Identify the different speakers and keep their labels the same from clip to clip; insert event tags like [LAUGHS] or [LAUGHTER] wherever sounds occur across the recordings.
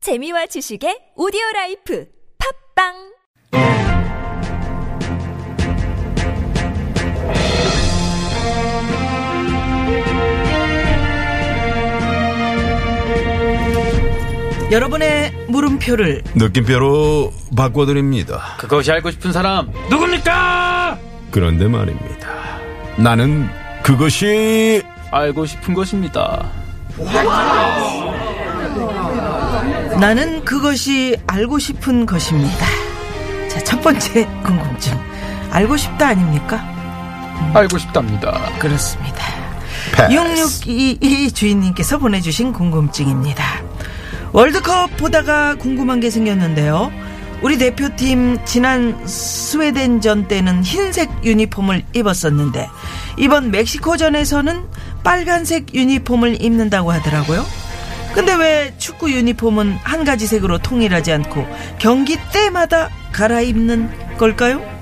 Speaker 1: 재미와 지식의 오디오 라이프 팝빵
Speaker 2: 여러분의 물음표를
Speaker 3: 느낌표로 바꿔드립니다.
Speaker 4: 그것이 알고 싶은 사람 누굽니까?
Speaker 3: 그런데 말입니다. 나는 그것이
Speaker 4: 알고 싶은 것입니다.
Speaker 2: 나는 그것이 알고 싶은 것입니다. 자, 첫 번째 궁금증. 알고 싶다 아닙니까?
Speaker 4: 알고 싶답니다.
Speaker 2: 그렇습니다.
Speaker 3: 패스.
Speaker 2: 6622 주인님께서 보내주신 궁금증입니다. 월드컵 보다가 궁금한 게 생겼는데요. 우리 대표팀 지난 스웨덴전 때는 흰색 유니폼을 입었었는데 이번 멕시코전에서는 빨간색 유니폼을 입는다고 하더라고요. 근데 왜 축구 유니폼은 한 가지 색으로 통일하지 않고 경기 때마다 갈아입는 걸까요?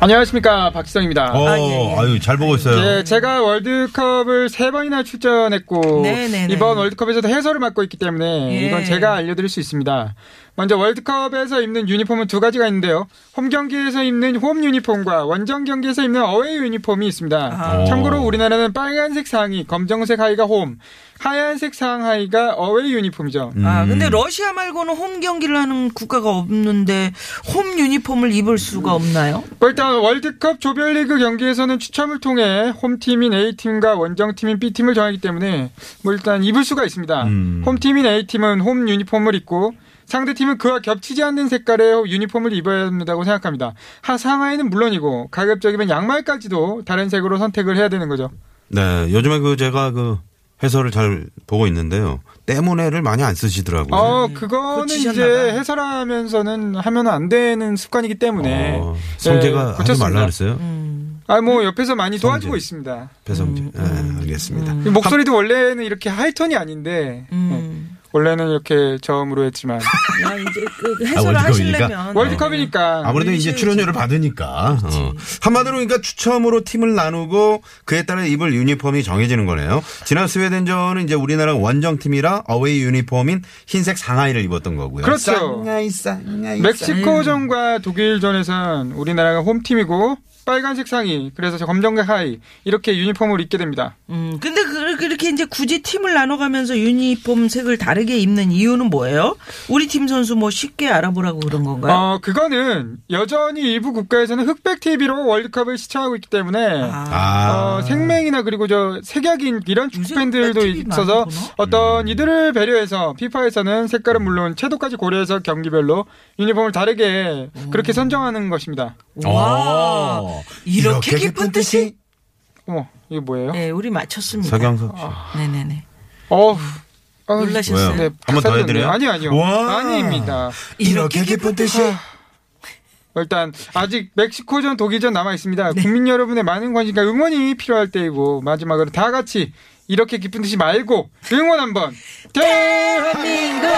Speaker 4: 안녕하십니까 박지성입니다.
Speaker 3: 어,
Speaker 2: 아, 예, 예.
Speaker 3: 아유, 잘 보고
Speaker 5: 네.
Speaker 3: 있어요.
Speaker 4: 예, 제가 월드컵을 세 번이나 출전했고
Speaker 2: 네네네.
Speaker 4: 이번 월드컵에서도 해설을 맡고 있기 때문에
Speaker 2: 예.
Speaker 4: 이건 제가 알려드릴 수 있습니다. 먼저 월드컵에서 입는 유니폼은 두 가지가 있는데요. 홈 경기에서 입는 홈 유니폼과 원정 경기에서 입는 어웨이 유니폼이 있습니다.
Speaker 2: 아.
Speaker 4: 참고로 우리나라는 빨간색 상의, 검정색 하의가 홈, 하얀색 상하의가 어웨이 유니폼이죠.
Speaker 5: 음.
Speaker 2: 아, 근데 러시아 말고는 홈 경기를 하는 국가가 없는데 홈 유니폼을 입을 수가 없나요?
Speaker 4: 일단 월드컵 조별리그 경기에서는 추첨을 통해 홈팀인 A팀과 원정팀인 B팀을 정하기 때문에 뭐 일단 입을 수가 있습니다.
Speaker 3: 음.
Speaker 4: 홈팀인 A팀은 홈 유니폼을 입고 상대팀은 그와 겹치지 않는 색깔의 유니폼을 입어야 한다고 생각합니다. 하 상하에는 물론이고 가급적이면 양말까지도 다른 색으로 선택을 해야 되는 거죠.
Speaker 5: 네, 요즘에 그 제가 그 해설을 잘 보고 있는데요. 때문에를 많이 안 쓰시더라고요.
Speaker 4: 어 그거는
Speaker 2: 고치셨나
Speaker 4: 이제
Speaker 2: 봐.
Speaker 4: 해설하면서는 하면 안 되는 습관이기 때문에
Speaker 5: 어, 성재가
Speaker 4: 예,
Speaker 5: 하지
Speaker 4: 고쳤습니다.
Speaker 5: 말라 그랬어요.
Speaker 4: 아뭐 옆에서 많이 도와주고
Speaker 5: 성재.
Speaker 4: 있습니다.
Speaker 5: 배성재.
Speaker 4: 음,
Speaker 5: 네, 알겠습니다.
Speaker 4: 목소리도 원래는 이렇게 하이톤이 아닌데 네.
Speaker 2: 음.
Speaker 4: 원래는 이렇게
Speaker 5: [LAUGHS]
Speaker 4: 저음으로 했지만
Speaker 2: 야, 이제 그
Speaker 5: 아,
Speaker 2: 해설을
Speaker 5: 월드컵이니까?
Speaker 2: 하시려면
Speaker 4: 월드컵이니까
Speaker 5: 네. 아무래도
Speaker 2: 네,
Speaker 5: 이제 출연료를 받으니까 어. 한마디로 그러니까 추첨으로 팀을 나누고 그에 따라 입을 유니폼이 정해지는 거네요. 지난 스웨덴전은 이제 우리나라 원정 팀이라 어웨이 유니폼인 흰색 상하이를 입었던 거고요.
Speaker 4: 그렇죠.
Speaker 5: 상하이, 상하이,
Speaker 4: 멕시코전과 독일전에선 우리나라가 홈팀이고 빨간색 상의 그래서 저 검정색 하의 이렇게 유니폼을 입게 됩니다.
Speaker 2: 음, 근데 그- 그렇게 이제 굳이 팀을 나눠가면서 유니폼 색을 다르게 입는 이유는 뭐예요? 우리 팀 선수 뭐 쉽게 알아보라고 그런 건가요?
Speaker 4: 어 그거는 여전히 일부 국가에서는 흑백 TV로 월드컵을 시청하고 있기 때문에
Speaker 5: 아,
Speaker 4: 어, 생맹이나 그리고 저 색약인 이런
Speaker 2: 요새
Speaker 4: 축구 팬들도
Speaker 2: 흑백 TV
Speaker 4: 있어서
Speaker 2: 많구나.
Speaker 5: 음.
Speaker 4: 어떤 이들을 배려해서 피파에서는 색깔은 물론 채도까지 고려해서 경기별로 유니폼을 다르게
Speaker 2: 음.
Speaker 4: 그렇게 선정하는 것입니다.
Speaker 2: 와,
Speaker 5: 어.
Speaker 2: 이렇게, 기쁜 뜻이?
Speaker 4: 어머 이게 뭐예요?
Speaker 2: 네, 우리 맞췄습니다.
Speaker 5: 서경석 씨.
Speaker 2: 아. 네네네.
Speaker 4: 어우. 아,
Speaker 2: 놀라셨어요?
Speaker 4: 네,
Speaker 5: 한번더
Speaker 4: 박사님
Speaker 5: 해드려요?
Speaker 4: 아니요, 아니요.
Speaker 5: 와.
Speaker 4: 아닙니다.
Speaker 2: 이렇게 기쁜 뜻이?
Speaker 4: 일단 아직 멕시코전, 독일전 남아 있습니다.
Speaker 2: 네.
Speaker 4: 국민 여러분의 많은 관심과 응원이 필요할 때이고 마지막으로 다 같이 이렇게 기쁜 듯이 말고 응원 한번
Speaker 2: 네.
Speaker 4: 대한민국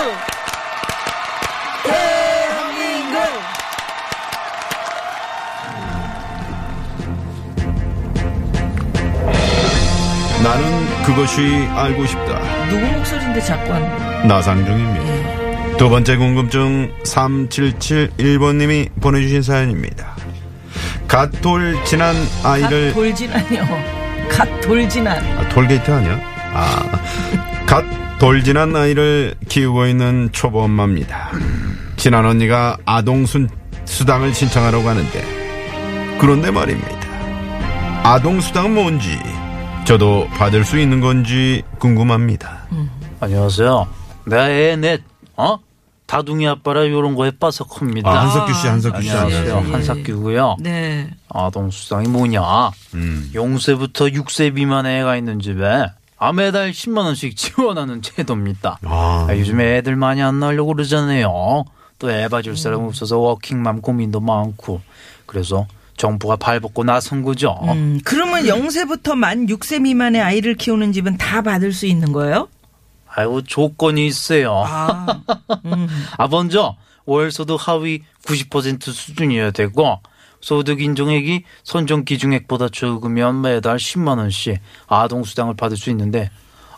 Speaker 3: 나는 그것이 알고 싶다.
Speaker 2: 누구 목소리인데 자꾸 하는
Speaker 3: 나상중입니다. 두 번째 궁금증 3771번님이 보내주신 사연입니다. 갓돌 지난 아이를
Speaker 2: 갓 돌진아니요. 갓 돌진아.
Speaker 3: 아, 돌게이트 아니야? 아, [LAUGHS] 갓 돌진한 아이를 키우고 있는 초보 엄마입니다. 친한 언니가 아동 순, 수당을 신청하라고 하는데 그런데 말입니다. 아동 수당은 뭔지 저도 받을 수 있는 건지 궁금합니다.
Speaker 2: 음.
Speaker 6: 안녕하세요. 내애넷 어? 다둥이 아빠라 요런 거에 빠삭합니다.
Speaker 5: 아, 한석규 아, 예, 씨, 한석규 씨.
Speaker 6: 안녕하세요.
Speaker 5: 안녕하세요.
Speaker 6: 예, 한삭규고요. 어.
Speaker 2: 네.
Speaker 6: 아동 수당이 뭐냐?
Speaker 5: 음.
Speaker 6: 용세부터 6세 미만 애가 있는 집에 아 매달 10만 원씩 지원하는 제도입니다.
Speaker 5: 아.
Speaker 6: 아, 요즘에 애들 많이 안 나오려고 그러잖아요. 또 애 봐줄 사람 없어서 워킹맘 고민도 많고 그래서 정부가 발벗고 나선 거죠.
Speaker 2: 음, 그러면 0세부터 만 6세 미만의 아이를 키우는 집은 다 받을 수 있는 거예요?
Speaker 6: 아이고 조건이 있어요.
Speaker 2: 아,
Speaker 6: [LAUGHS] 아 먼저 월소득 하위 90% 수준이어야 되고 소득 인정액이 선정 기준액보다 적으면 매달 10만 원씩 아동 수당을 받을 수 있는데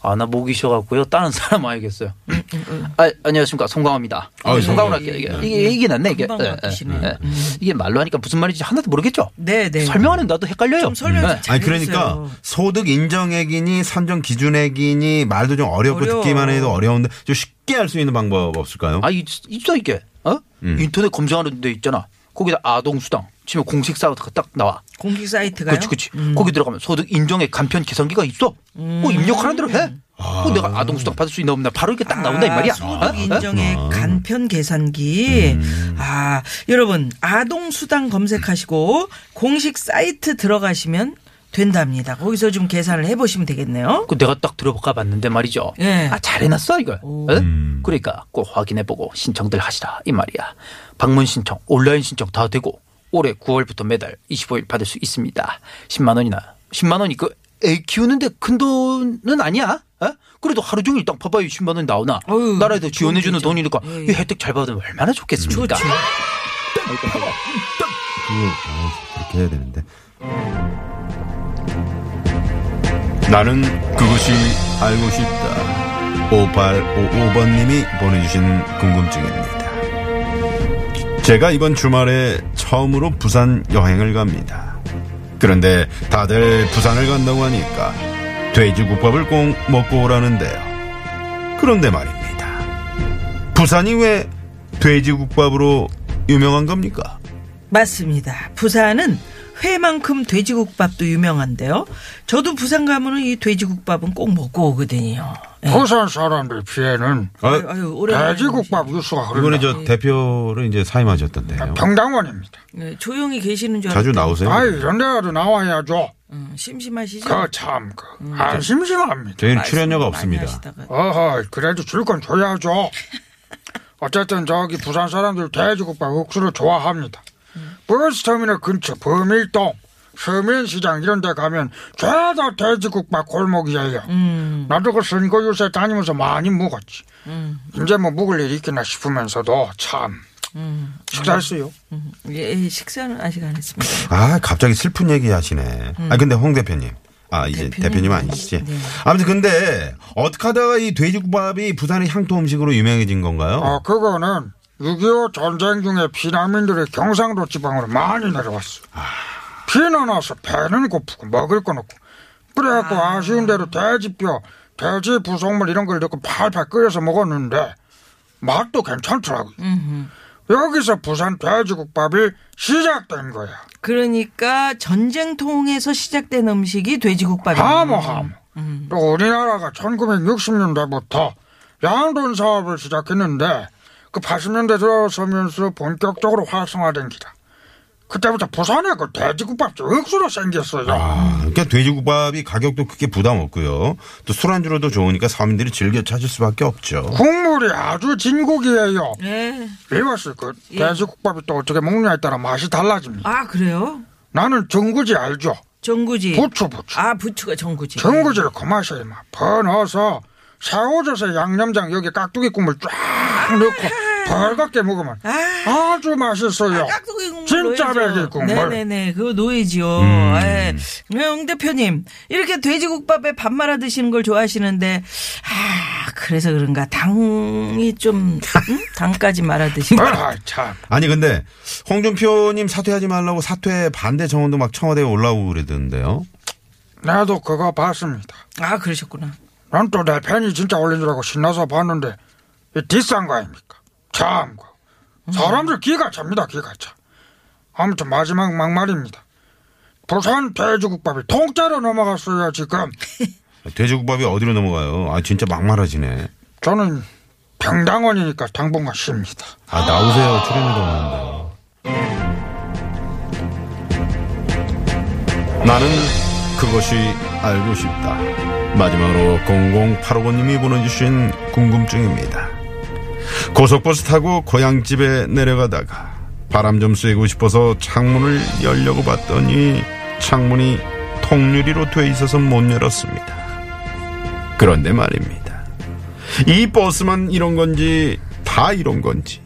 Speaker 6: 아 나 목이 쉬어갖고요. 다른 사람 와야겠어요.
Speaker 2: 음,
Speaker 6: 아, 안녕하십니까 송강호입니다.
Speaker 7: 아,
Speaker 6: 송강호
Speaker 7: 예,
Speaker 6: 할게요. 이게
Speaker 2: 음,
Speaker 6: 이게, 이게 낫네 이게.
Speaker 2: 금방
Speaker 6: 예, 예,
Speaker 2: 바뀌시네요.
Speaker 6: 예. 이게 말로 하니까 무슨 말인지 하나도 모르겠죠.
Speaker 2: 네, 네.
Speaker 6: 설명하는 나도 헷갈려요.
Speaker 2: 좀 설명 좀
Speaker 6: 예.
Speaker 2: 잘
Speaker 7: 아니 그러니까
Speaker 2: 해주세요.
Speaker 7: 소득 인정액이니 선정 기준액이니 말도 좀 어렵고
Speaker 2: 어려워.
Speaker 7: 듣기만 해도 어려운데 좀 쉽게 할 수 있는 방법 없을까요?
Speaker 6: 아, 이, 있어, 이게. 어? 인터넷 검색하는 데 있잖아. 거기다 아동수당 치면 공식 사이트가 딱 나와.
Speaker 2: 공식 사이트가요. 음.
Speaker 6: 그렇지, 그렇지. 거기 들어가면 소득 인정액 간편 계산기가 있어. 뭐 입력하라는 대로 해. 뭐 내가 아동수당 받을 수 있나 없나 바로 이렇게 딱 나온다 이 말이야. 어?
Speaker 2: 아, 소득 인정의 간편 계산기.
Speaker 6: 음.
Speaker 2: 아, 여러분, 아동수당 검색하시고 공식 사이트 들어가시면 된답니다. 거기서 좀 계산을 해보시면 되겠네요.
Speaker 6: 그 내가 딱 들어가 봤는데 말이죠.
Speaker 2: 예.
Speaker 6: 아 잘해놨어 이걸. 예? 그러니까 꼭 확인해보고 신청들 하시라 이 말이야. 방문 신청, 온라인 신청 다 되고 올해 9월부터 매달 25일 받을 수 있습니다. 10만 원이나 10만 원이 그 애 키우는데 큰 돈은 아니야. 예? 그래도 하루 종일 딱 봐봐요 10만 원 나오나.
Speaker 2: 어휴,
Speaker 6: 나라에서 지원해주는
Speaker 2: 좋은 일이죠.
Speaker 6: 돈이니까
Speaker 2: 예,
Speaker 6: 이 혜택 잘 받으면 얼마나 좋겠습니까.
Speaker 2: 좋죠.
Speaker 7: 그렇게 해야 되는데.
Speaker 5: 나는 그것이 알고 싶다. 5855번님이 보내주신 궁금증입니다. 제가 이번 주말에 처음으로 부산 여행을 갑니다. 그런데 다들 부산을 간다고 하니까 돼지국밥을 꼭 먹고 오라는데요. 그런데 말입니다. 부산이 왜 돼지국밥으로 유명한 겁니까?
Speaker 2: 맞습니다. 부산은 회만큼 돼지국밥도 유명한데요. 저도 부산 가면은 이 돼지국밥은 꼭 먹고 오거든요. 예.
Speaker 4: 부산 사람들 피해는
Speaker 2: 아유, 아유, 오랜만에
Speaker 4: 돼지국밥 뉴스가
Speaker 7: 이번에
Speaker 4: 흐른다.
Speaker 7: 저 대표를 이제 사임하셨던데요.
Speaker 2: 그러니까
Speaker 4: 평당원입니다.
Speaker 2: 네, 조용히 계시는 줄
Speaker 7: 자주
Speaker 2: 알았더니,
Speaker 5: 네.
Speaker 7: 나오세요.
Speaker 4: 아 이런 데라도 나와야죠.
Speaker 2: 음,
Speaker 4: 네.
Speaker 2: 심심하시죠?
Speaker 4: 그참 그. 안
Speaker 5: 네.
Speaker 4: 심심합니다.
Speaker 7: 저희는 아, 출연료가
Speaker 2: 말씀 많이
Speaker 7: 없습니다.
Speaker 2: 하시다가.
Speaker 4: 어허 그래도 줄 건 줘야죠. 어쨌든 저기 부산 사람들 돼지국밥 육수를 좋아합니다. 버스터미널 근처 범일동 서면시장 이런 데 가면 죄다 돼지국밥 골목이에요. 나도 그 선거 요새 다니면서 많이 묵었지. 이제 뭐 묵을 일이 있겠나 싶으면서도 참 음. 식사했어요.
Speaker 2: 예, 예, 식사는 아직 안 했습니다.
Speaker 7: [LAUGHS] 아 갑자기 슬픈 얘기 하시네. 아 근데 홍 대표님. 아 이제
Speaker 2: 음. 대표님.
Speaker 7: 대표님, 은 아니시지.
Speaker 2: 네.
Speaker 7: 아무튼 근데 어떻게 하다가 이 돼지국밥이 부산의 향토 음식으로 유명해진 건가요?
Speaker 4: 어, 그거는 6.25 전쟁 중에 피난민들이 경상도 지방으로 많이 내려왔어. 피난 와서 배는 고프고 먹을 건 없고. 그래갖고 아... 쉬운 대로 돼지뼈, 돼지 부속물 이런 걸 넣고 팔팔 끓여서 먹었는데 맛도 괜찮더라고요. 여기서 부산 돼지국밥이 시작된 거야.
Speaker 2: 그러니까 전쟁 통해서 시작된 음식이 돼지국밥이에요.
Speaker 7: 아, 뭐.
Speaker 4: 하모하모. 또 우리나라가 1960년대부터 양돈 사업을 시작했는데 그 80년대 들어서면서 본격적으로 활성화된 기다. 그때부터 부산에 그 돼지국밥집 억수로 생겼어요.
Speaker 7: 아, 그러니까 돼지국밥이 가격도 크게 부담 없고요. 또 술안주로도 좋으니까 서민들이 즐겨 찾을 수밖에 없죠.
Speaker 4: 국물이 아주 진국이에요.
Speaker 2: 네.
Speaker 4: 이것을 그 돼지국밥이 또 어떻게 먹느냐에 따라 맛이 달라집니다.
Speaker 2: 아 그래요?
Speaker 4: 나는 정구지 알죠?
Speaker 2: 전구지.
Speaker 4: 부추 부추.
Speaker 2: 아 부추가 전구지.
Speaker 4: 정구지를 그 맛이 막 퍼넣어서 새우젓에 양념장 여기 깍두기 국물 쫙 넣고 벌겋게 먹으면
Speaker 2: 아,
Speaker 4: 아주 맛있어요.
Speaker 2: 깍두기 국물.
Speaker 4: 진짜
Speaker 2: 넣어야죠.
Speaker 4: 배기 국물. 음.
Speaker 2: 네네네. 그거 노예지요. 예. 네, 홍 대표님 이렇게 돼지국밥에 밥 말아 드시는 걸 좋아하시는데 아 그래서 그런가 당이 좀 음? 당까지 말아 드시고.
Speaker 4: [LAUGHS] 아, 참.
Speaker 7: 아니 근데 홍준표님 사퇴하지 말라고 사퇴 반대 정원도 막 청와대에 올라오고 그러던데요.
Speaker 4: 나도 그거 봤습니다.
Speaker 2: 아 그러셨구나.
Speaker 4: 난 또 내 팬이 진짜 올린 줄 알고 신나서 봤는데 이 디싼 거 아닙니까? 참. 그. 사람들 기가 찹니다. 기가 차. 아무튼 마지막 막말입니다. 부산 돼지국밥이 통째로 넘어갔어요 지금.
Speaker 7: 돼지국밥이 어디로 넘어가요? 아 진짜 막말하시네.
Speaker 4: 저는 병당원이니까 당분간 쉽니다.
Speaker 7: 아 나오세요 출연해도 하는데.
Speaker 5: 나는 그것이 알고 싶다. 마지막으로 00855님이 보내주신 궁금증입니다. 고속버스 타고 고향집에 내려가다가 바람 좀 쐬고 싶어서 창문을 열려고 봤더니 창문이 통유리로 돼 있어서 못 열었습니다. 그런데 말입니다. 이 버스만 이런 건지 다 이런 건지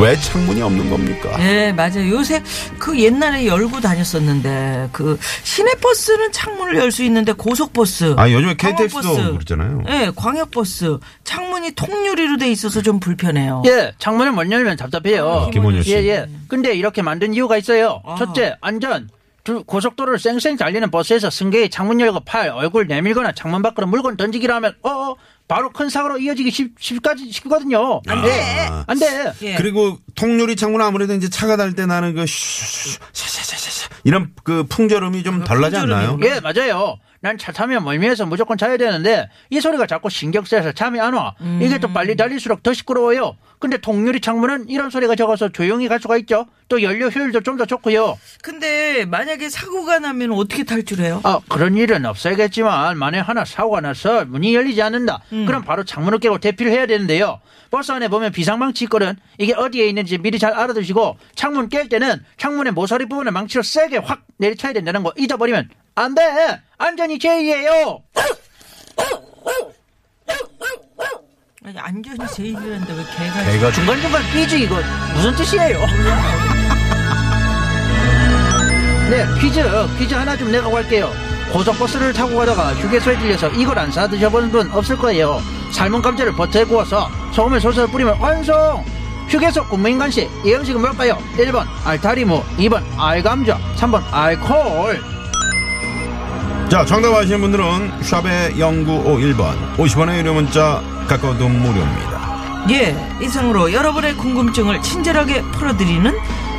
Speaker 3: 왜 창문이 없는 겁니까?
Speaker 2: 예, 맞아요. 요새 그 옛날에 열고 다녔었는데 그 시내버스는 창문을 열 수 있는데 고속버스.
Speaker 5: 아, 요즘에 KTX 도
Speaker 2: 광역버스,
Speaker 5: 그렇잖아요.
Speaker 2: 예, 광역버스. 창문이 통유리로 돼 있어서 좀 불편해요.
Speaker 6: 예, 창문을 못 열면 답답해요.
Speaker 5: 아, 김원효 씨.
Speaker 6: 예, 예. 근데 이렇게 만든 이유가 있어요.
Speaker 2: 아.
Speaker 6: 첫째, 안전. 둘, 고속도로를 쌩쌩 달리는 버스에서 승객이 창문 열고 팔, 얼굴 내밀거나 창문 밖으로 물건 던지기라 하면, 어, 어 바로 큰 사고로 이어지기 쉽, 쉽까지, 쉽거든요.
Speaker 5: 아.
Speaker 6: 안 돼. 안 돼.
Speaker 2: 예.
Speaker 5: 그리고 통유리 창문 아무래도 이제 차가 달 때 나는 그 슈슈슈 샤샤샤샤 이런 그 풍절음이 좀 덜 나지 않나요?
Speaker 6: 예, 맞아요. 난 차 타면 멀미해서 무조건 자야 되는데 이 소리가 자꾸 신경 쓰여서 잠이 안 와. 이게 또 빨리 달릴수록 더 시끄러워요. 근데 동유리 창문은 이런 소리가 적어서 조용히 갈 수가 있죠. 또 연료 효율도 좀 더 좋고요.
Speaker 2: 근데 만약에 사고가 나면 어떻게 탈출해요?
Speaker 6: 아, 그런 일은 없어야겠지만 만에 하나 사고가 나서 문이 열리지 않는다. 그럼 바로 창문을 깨고 대피를 해야 되는데요. 버스 안에 보면 비상망치 있거든. 이게 어디에 있는지 미리 잘 알아두시고 창문 깰 때는 창문의 모서리 부분에 망치로 세게 확 내리쳐야 된다는 거 잊어버리면 안 돼. 안전이 제일이에요.
Speaker 2: 아니, 안전이 제일이란데 왜 개가
Speaker 5: 내가
Speaker 6: 중간중간 퀴즈 이거 무슨 뜻이에요? [LAUGHS] 네 퀴즈 퀴즈 하나 좀 내고 갈게요 고속버스를 타고 가다가 휴게소에 들려서 이걸 안 사 드셔보는 분 없을 거예요 삶은 감자를 버터에 구워서 소금을 소스에 뿌리면 완성 휴게소 국민 간식 이 음식은 뭘까요? 1번 알타리무 2번 알감자 3번 알코올
Speaker 5: 자, 정답 아시는 분들은 샵의 0951번 50원의 유료 문자 가까워도 무료입니다.
Speaker 2: 예, 이상으로 여러분의 궁금증을 친절하게 풀어드리는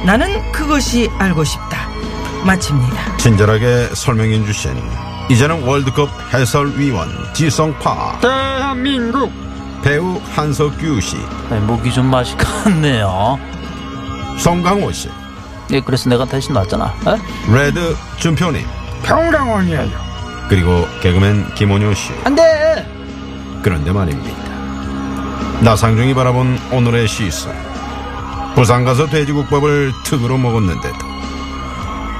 Speaker 2: 나는 그것이 알고 싶다. 마칩니다.
Speaker 5: 친절하게 설명해 주신 이제는 월드컵 해설위원 지성파
Speaker 4: 대한민국
Speaker 5: 배우 한석규 씨,
Speaker 6: 네, 목이 좀 맛이 [LAUGHS] 갔네요
Speaker 5: 성강호 씨,
Speaker 6: 네 그래서 내가 대신 놨잖아
Speaker 5: 레드 준표님
Speaker 4: 평강원이에요.
Speaker 5: 그리고 개그맨 김원효 씨.
Speaker 6: 안돼
Speaker 5: 그런데 말입니다. 나상중이 바라본 오늘의 시선. 부산 가서 돼지국밥을 특으로 먹었는데도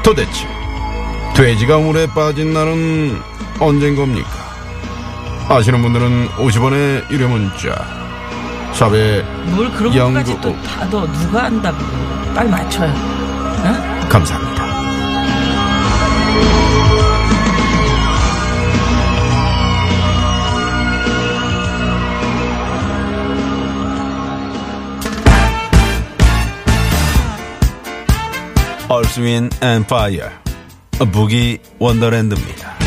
Speaker 5: 도대체 돼지가 물에 빠진 날은 언젠 겁니까? 아시는 분들은 50원의 유료 문자 샵에
Speaker 2: 뭘 그런
Speaker 5: 영국.
Speaker 2: 것까지 또 다도 누가 안다고 빨리 맞춰요.
Speaker 5: 감사합니다. 얼스윈 앤 파이어 북이 원더랜드입니다.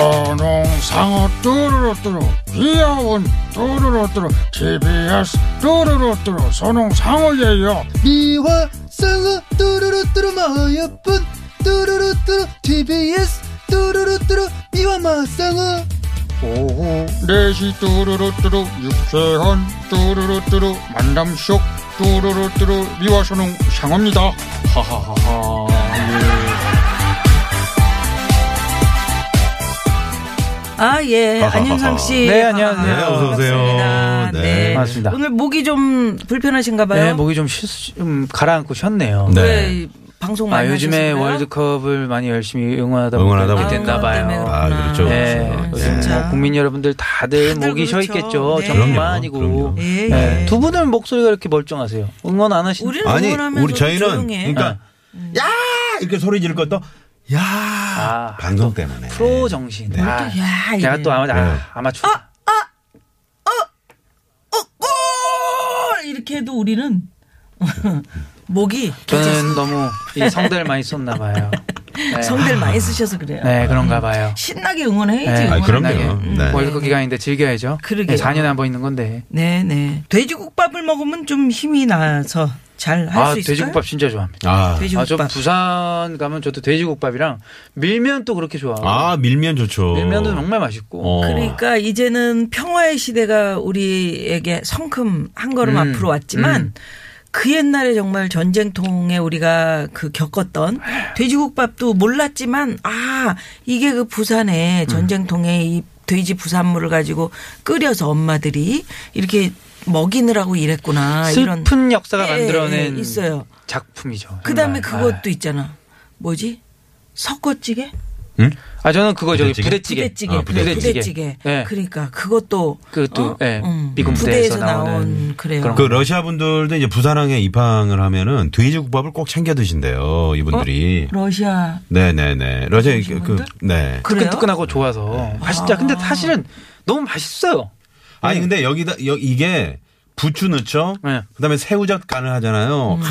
Speaker 4: 선홍상어 뚜루루뚜루 귀여운 뚜루루뚜루 TBS 뚜루루뚜루 선홍상어예요
Speaker 8: 미화 쌍어 뚜루루뚜루 마여쁜 뚜루루뚜루 TBS 뚜루루뚜루 미화 마쌍어
Speaker 4: 오후 4시 뚜루루뚜루 육세현 뚜루루뚜루 만남쇼 뚜루루뚜루 미화 선홍상어입니다 하하하하 예.
Speaker 2: 아, 예. 안윤상 씨.
Speaker 6: 네, 안녕하세요.
Speaker 2: 아,
Speaker 5: 네, 어서 오세요.
Speaker 2: 반갑습니다.
Speaker 5: 네.
Speaker 6: 반갑습니다.
Speaker 2: 오늘 목이 좀 불편하신가 봐요.
Speaker 6: 네, 목이 좀, 쉬, 좀 가라앉고 쉬었네요.
Speaker 5: 네.
Speaker 2: 왜 방송
Speaker 6: 아,
Speaker 2: 많이
Speaker 6: 요즘에
Speaker 2: 하셨나요?
Speaker 6: 월드컵을 많이 열심히 응원하다
Speaker 5: 응원하다
Speaker 6: 보니까
Speaker 5: 보니까.
Speaker 6: 이렇게 됐나 봐요.
Speaker 5: 아, 그렇죠.
Speaker 6: 네,
Speaker 2: 아,
Speaker 6: 요즘
Speaker 2: 진짜.
Speaker 6: 뭐 국민 여러분들 다들
Speaker 2: 다들
Speaker 6: 목이 쉬어
Speaker 2: 그렇죠.
Speaker 6: 있겠죠.
Speaker 2: 네.
Speaker 6: 저뿐만
Speaker 5: 그럼요,
Speaker 6: 아니고.
Speaker 5: 그럼요.
Speaker 2: 예, 예.
Speaker 6: 네, 두 분은 목소리가 이렇게 멀쩡하세요. 응원 안 하시는
Speaker 2: 우리는
Speaker 5: 아니
Speaker 2: 응원하면서
Speaker 5: 우리 저희는
Speaker 2: 조용해. 아. 음.
Speaker 5: 그러니까 야 이렇게 소리 지를 것도 야
Speaker 6: 아,
Speaker 5: 방송 때문에
Speaker 6: 프로 정신. 아,
Speaker 2: 야,
Speaker 6: 내가
Speaker 2: 이래.
Speaker 6: 또 아마
Speaker 5: 네.
Speaker 6: 아, 아마추어.
Speaker 2: 어, 이렇게 해도 우리는 [LAUGHS] 목이
Speaker 6: 저는 너무 이 성대를 많이 썼나 봐요. 네.
Speaker 2: 성대를 많이 쓰셔서 그래요.
Speaker 6: 네, 그런가 봐요.
Speaker 2: 신나게 응원해야지.
Speaker 6: 네.
Speaker 5: 아
Speaker 2: 응원하게.
Speaker 5: 그럼요 네.
Speaker 6: 월드컵 기간인데 즐겨야죠. 네,
Speaker 2: 그러게요.
Speaker 6: 4년에 한 번 있는 건데.
Speaker 2: 네, 네. 돼지국밥을 먹으면 좀 힘이 나서 잘 할 수
Speaker 6: 아,
Speaker 2: 있을까요?
Speaker 6: 돼지국밥 진짜 좋아합니다.
Speaker 5: 아,
Speaker 6: 아, 저
Speaker 2: 돼지국밥.
Speaker 6: 부산 가면 저도 돼지국밥이랑 밀면 또 그렇게 좋아하고
Speaker 5: 아 밀면 좋죠
Speaker 6: 밀면도 정말 맛있고
Speaker 5: 어.
Speaker 2: 그러니까 이제는 평화의 시대가 우리에게 성큼 한 걸음
Speaker 6: 음,
Speaker 2: 앞으로 왔지만 그 옛날에 정말 전쟁통에 우리가 그 겪었던 돼지국밥도 몰랐지만 아 이게 그
Speaker 6: 음.
Speaker 2: 부산에 전쟁통에 이 돼지 부산물을 가지고 끓여서 엄마들이 이렇게 먹이느라고 아, 이랬구나 이런
Speaker 6: 슬픈 역사가
Speaker 2: 예, 예,
Speaker 6: 만들어낸
Speaker 2: 예, 있어요.
Speaker 6: 작품이죠.
Speaker 2: 그다음에
Speaker 6: 정말.
Speaker 2: 그것도 있잖아. 뭐지? 석어찌개?
Speaker 6: 아, 아, 저는 그거 저기 부대찌개.
Speaker 2: 부대찌개.
Speaker 6: 아, 부대찌개. 예.
Speaker 2: 그러니까 그것도
Speaker 6: 그것도,
Speaker 2: 어?
Speaker 6: 예,
Speaker 2: 음.
Speaker 6: 미군 부대에서 나오는
Speaker 2: 그래요.
Speaker 6: 그런
Speaker 5: 그 러시아 분들도 이제 부산항에 입항을 하면은 돼지국밥을 꼭 챙겨 드신대요 이분들이.
Speaker 6: 어?
Speaker 2: 러시아
Speaker 5: 네네네. 러시아 그
Speaker 2: 분들?
Speaker 5: 네.
Speaker 2: 그래요?
Speaker 6: 뜨끈뜨끈하고 좋아서 맛있다. 근데 사실은 너무 맛있어요.
Speaker 5: 아니 근데 여기다 여, 이게 부추 넣죠.
Speaker 6: 네. 음.
Speaker 5: 그다음에 새우젓 간을 하잖아요. 하,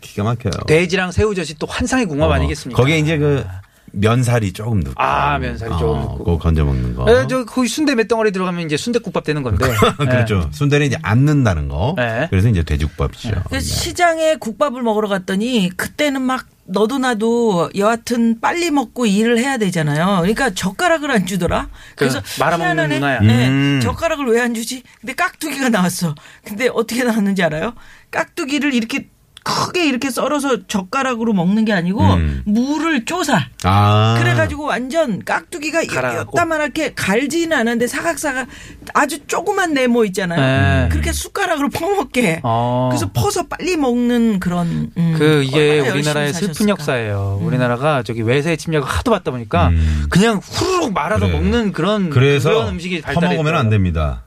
Speaker 5: 기가 막혀요.
Speaker 6: 돼지랑 새우젓이 또 환상의 궁합
Speaker 5: 어,
Speaker 6: 네, 아니겠습니까?
Speaker 5: 거기에 이제 그 면살이 조금 넣고. 어,
Speaker 6: 아, 면살이 조금 넣고.
Speaker 5: 그거 건져 먹는 거.
Speaker 6: 예, 저 거기 순대 맷덩어리 들어가면 이제 순대국밥 되는 건데.
Speaker 5: 어. [LAUGHS]
Speaker 6: 예.
Speaker 5: 그렇죠. 순대는 이제 안 넣는다는 거.
Speaker 6: 네.
Speaker 5: 그래서 이제 돼지국밥이죠.
Speaker 2: 그 시장에 국밥을 먹으러 갔더니 그때는 막 너도 나도 여하튼 빨리 먹고 일을 해야 되잖아요. 그러니까 젓가락을 안 주더라. 그래서
Speaker 6: 그 말아먹는
Speaker 2: 희한하네.
Speaker 6: 누나야.
Speaker 2: 네,
Speaker 5: 음.
Speaker 2: 젓가락을 왜 안 주지? 근데 깍두기가 나왔어. 근데 어떻게 나왔는지 알아요? 깍두기를 이렇게 크게 이렇게 썰어서 젓가락으로 먹는 게 아니고
Speaker 5: 음.
Speaker 2: 무를 쪼사.
Speaker 5: 아.
Speaker 2: 그래가지고 완전 깍두기가
Speaker 6: 갈아갖고.
Speaker 2: 요따만하게 갈지는 않은데 사각사각 아주 조그만 네모 있잖아요.
Speaker 6: 네.
Speaker 2: 그렇게 숟가락으로 퍼먹게.
Speaker 6: 어.
Speaker 2: 그래서 퍼서 빨리 먹는 그런. 음,
Speaker 6: 그 이게
Speaker 2: 얼마나
Speaker 6: 우리나라의
Speaker 2: 열심히
Speaker 6: 슬픈
Speaker 2: 사셨을까. 음.
Speaker 6: 역사예요. 우리나라가 저기 외세의 침략을 하도 받다 보니까 그냥 후루룩 말아서
Speaker 5: 음. 그래.
Speaker 6: 먹는 그런
Speaker 5: 그래서
Speaker 6: 그런 음식이
Speaker 5: 퍼먹으면 안
Speaker 6: 발달했더라고요.
Speaker 5: 됩니다.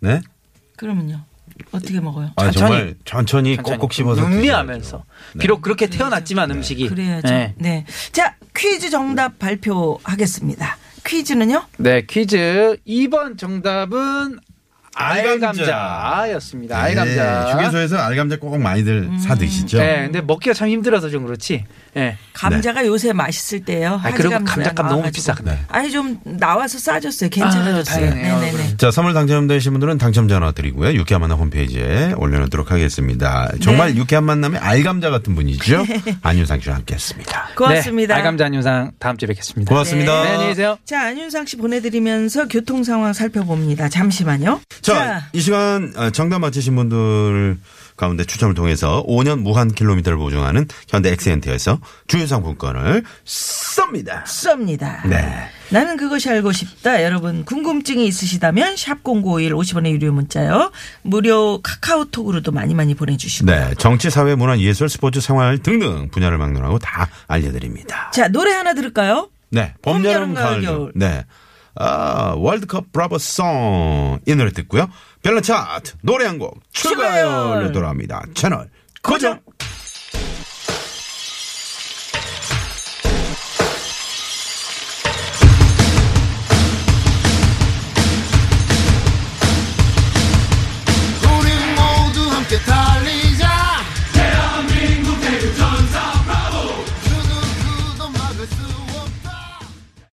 Speaker 5: 네?
Speaker 2: 그러면요. 어떻게 먹어요?
Speaker 5: 아,
Speaker 6: 천천히.
Speaker 5: 정말 천천히
Speaker 6: 천천히
Speaker 5: 꼭꼭 씹어서
Speaker 6: 음미하면서
Speaker 5: 드셔야죠.
Speaker 6: 비록 그렇게 태어났지만 음식이
Speaker 2: 네. 그래야죠.
Speaker 6: 네.
Speaker 2: 네. 자, 퀴즈 정답 발표하겠습니다. 퀴즈는요?
Speaker 6: 네, 퀴즈 2번 정답은
Speaker 5: 알감자.
Speaker 6: 알감자였습니다. 알감자.
Speaker 5: 네, 휴게소에서 알감자 꼭 많이들 사 드시죠.
Speaker 6: 네, 근데 먹기가 참 힘들어서 좀 그렇지. 예.
Speaker 5: 네.
Speaker 2: 감자가 요새 맛있을 때예요
Speaker 6: 아,
Speaker 2: 하지
Speaker 6: 그리고
Speaker 2: 감자
Speaker 6: 감자값 너무
Speaker 2: 나와가지고.
Speaker 6: 비싸. 근데.
Speaker 2: 아니 좀 나와서 싸졌어요. 괜찮아졌어요.
Speaker 6: 아유, 다행이네요.
Speaker 2: 네네네.
Speaker 5: 자, 선물 당첨되신 분들은 당첨 전화 드리고요. 유쾌한 만남 홈페이지에 올려놓도록 하겠습니다. 정말
Speaker 6: 네.
Speaker 5: 유쾌한 만남의 알감자 같은
Speaker 6: [LAUGHS]
Speaker 5: 분이죠. 안윤상 씨와 함께 했습니다.
Speaker 2: 고맙습니다.
Speaker 6: 네, 알감자 안유상 다음 주에 뵙겠습니다.
Speaker 5: 고맙습니다.
Speaker 6: 네, 안녕히 계세요.
Speaker 2: 자, 안윤상 씨 보내드리면서 교통 상황 살펴봅니다. 잠시만요.
Speaker 5: 자, 이 시간 어, 정답 맞히신 분들 가운데 추첨을 통해서 5년 무한 킬로미터를 보증하는 현대 엑센트에서 주유상품권을 쏩니다.
Speaker 2: 쏩니다.
Speaker 5: 네.
Speaker 2: 나는 그것이 알고 싶다. 여러분 궁금증이 있으시다면 샵 0951 50원의 유료 문자요. 무료 카카오톡으로도 많이 많이 보내주시고요.
Speaker 5: 네. 정치, 사회, 문화, 예술, 스포츠, 생활 등등 분야를 막론하고 다 알려드립니다.
Speaker 2: 자 노래 하나 들을까요?
Speaker 5: 네. 봄,
Speaker 2: 봄,
Speaker 5: 여름,
Speaker 2: 여름,
Speaker 5: 가을,
Speaker 2: 가을,
Speaker 5: 겨울.
Speaker 2: 겨울.
Speaker 5: 네. 아, 월드컵 브라보 송. 이 노래 듣고요. 별난 차트, 노래 한 곡, 추가요.
Speaker 2: 추가열.
Speaker 5: 로 돌아옵니다. 채널 고정.